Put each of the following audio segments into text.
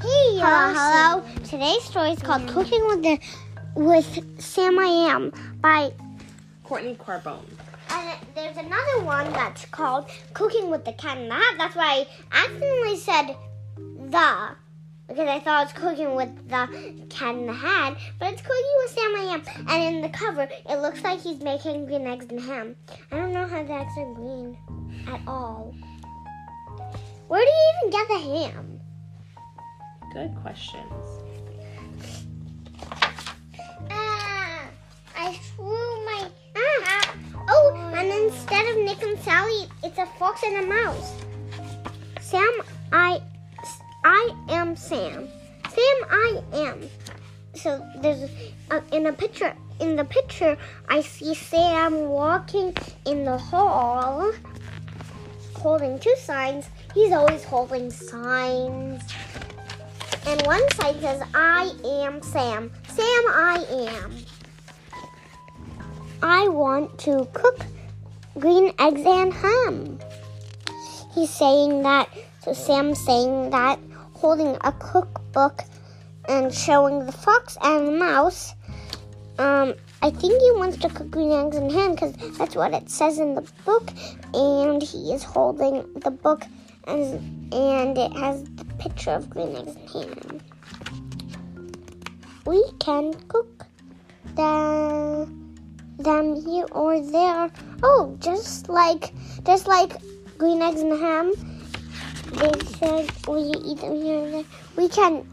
Hello, hello. Today's story is called "Cooking with the with Sam I Am" by. Courtney Carbone. And there's another one that's called "Cooking with the Cat in the Hat." That's why I accidentally said "the" because I thought it's cooking with the cat in the hat, but it's cooking with Sam I Am. And in the cover, it looks like he's making green eggs and ham. I don't know how the eggs are green at all. Where do you even get the ham? Good questions. Ah, I threw my hat. Oh, and instead of Nick and Sally, it's a fox and a mouse. Sam, I, I am Sam. Sam, I am. So there's a, uh, in a picture. In the picture, I see Sam walking in the hall, holding two signs. He's always holding signs. And one sign says, I am Sam. Sam, I am. I want to cook green eggs and ham. He's saying that, so Sam's saying that, holding a cookbook and showing the fox and the mouse. Um, I think he wants to cook green eggs and ham because that's what it says in the book. And he is holding the book, and, and it has the picture of green eggs and ham. We can cook the, them here or there. Oh, just like just like green eggs and ham. They said we eat them here and there. We can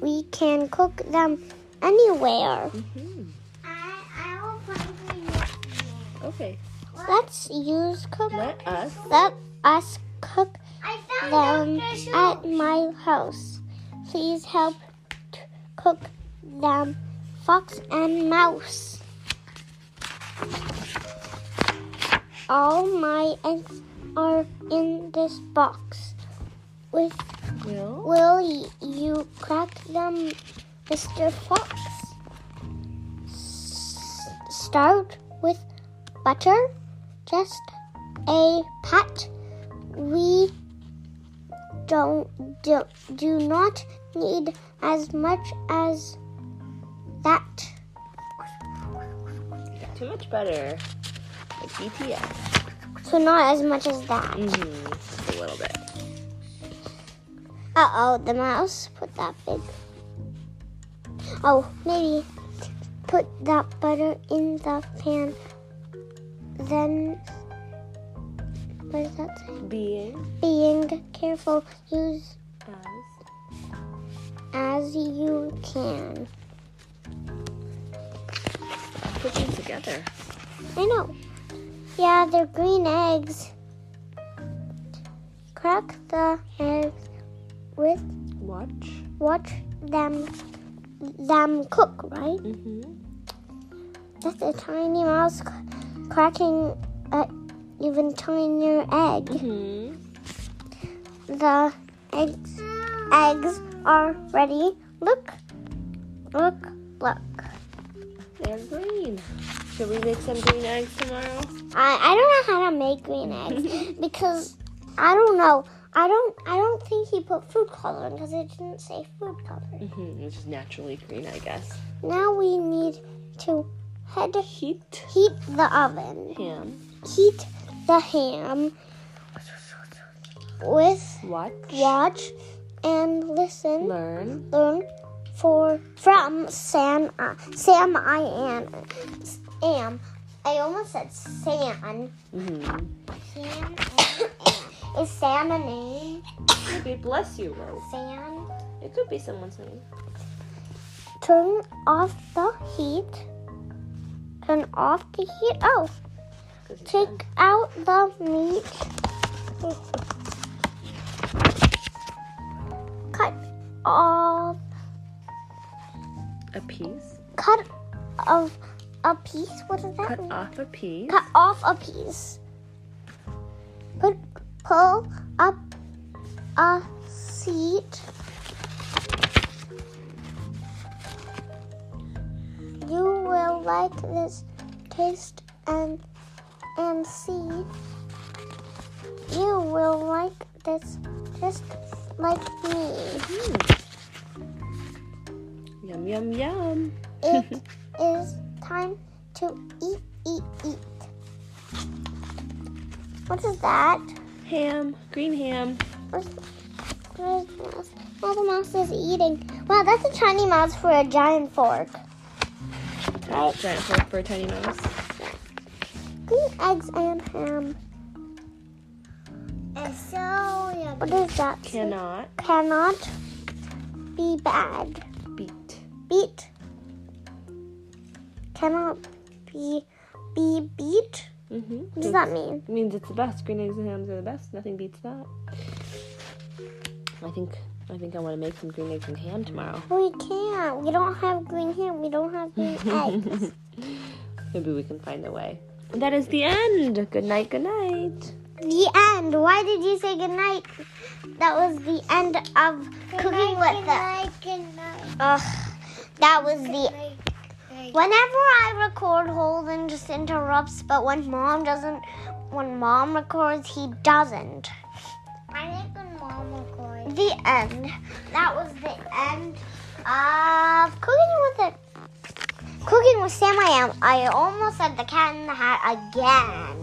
we can cook them anywhere. Hmm, I, I will play Okay, Let's use cook. let us. Let us cook I them at my house. Please help to cook them, fox and mouse. All my eggs are in this box. With Will will y- you crack them, Mr. Fox? S- start with butter, just a pat. We don't do, do not need as much as that. too much butter. Like BTS. So not as much as that. Mm-hmm. Just a little bit. Uh oh, the mouse put that big. Oh, maybe put that butter in the pan. Then, what does that say? Being Being careful, use as as you can. cooking together. I know. Yeah, they're green eggs. Crack the eggs with Watch. watch them them cook, right? Mm-hmm. That's a tiny mouse c- cracking an even tinier egg. Mm-hmm. The eggs eggs are ready. Look, look, look. They're green. Should we make some green eggs tomorrow? I, I don't know how to make green eggs because I don't know. I don't I don't think he put food coloring because it didn't say food coloring. Mm-hmm. It's just naturally green, I guess. Now we need to head Heat heat the oven. ham. Heat the ham with Watch. watch and listen Learn. learn for from sam uh, sam i am am i almost said sam Mm-hmm. sam I am. is sam a name Maybe bless you, Rose. sam It could be someone's name. turn off the heat turn off the heat oh 'Cause it's done. Take out the meat. Cut off. A piece. Cut of a piece. What does that Cut mean? off a piece. Cut off a piece. Put pull up a seat. You will like this taste and and see. You will like this just like me. Mm. Yum, yum, yum. It is time to eat, eat, eat. What is that? Ham, green ham. Where's, where's the mouse? Oh, the mouse is eating. Wow, that's a tiny mouse for a giant fork. Giant fork for a tiny mouse. Green eggs and ham. It's so yummy. What is that? Cannot Cannot be bad. beat. Beat. Cannot be be beat. Mm-hmm. What does that mean? means it's the best. Green eggs and hams are the best. Nothing beats that. I think I think I want to make some green eggs and ham tomorrow. We can't. We don't have green ham. We don't have green eggs. Maybe we can find a way. And that is the end. Good night. Good night. The end. Why did you say goodnight? That was the end of cooking with us. Ugh, that was the. Whenever I record, Holden just interrupts. But when mom doesn't, when mom records, he doesn't. I think when mom records. The end. That was the end of cooking with it. Cooking with Sam. I am. I almost said the cat in the hat again.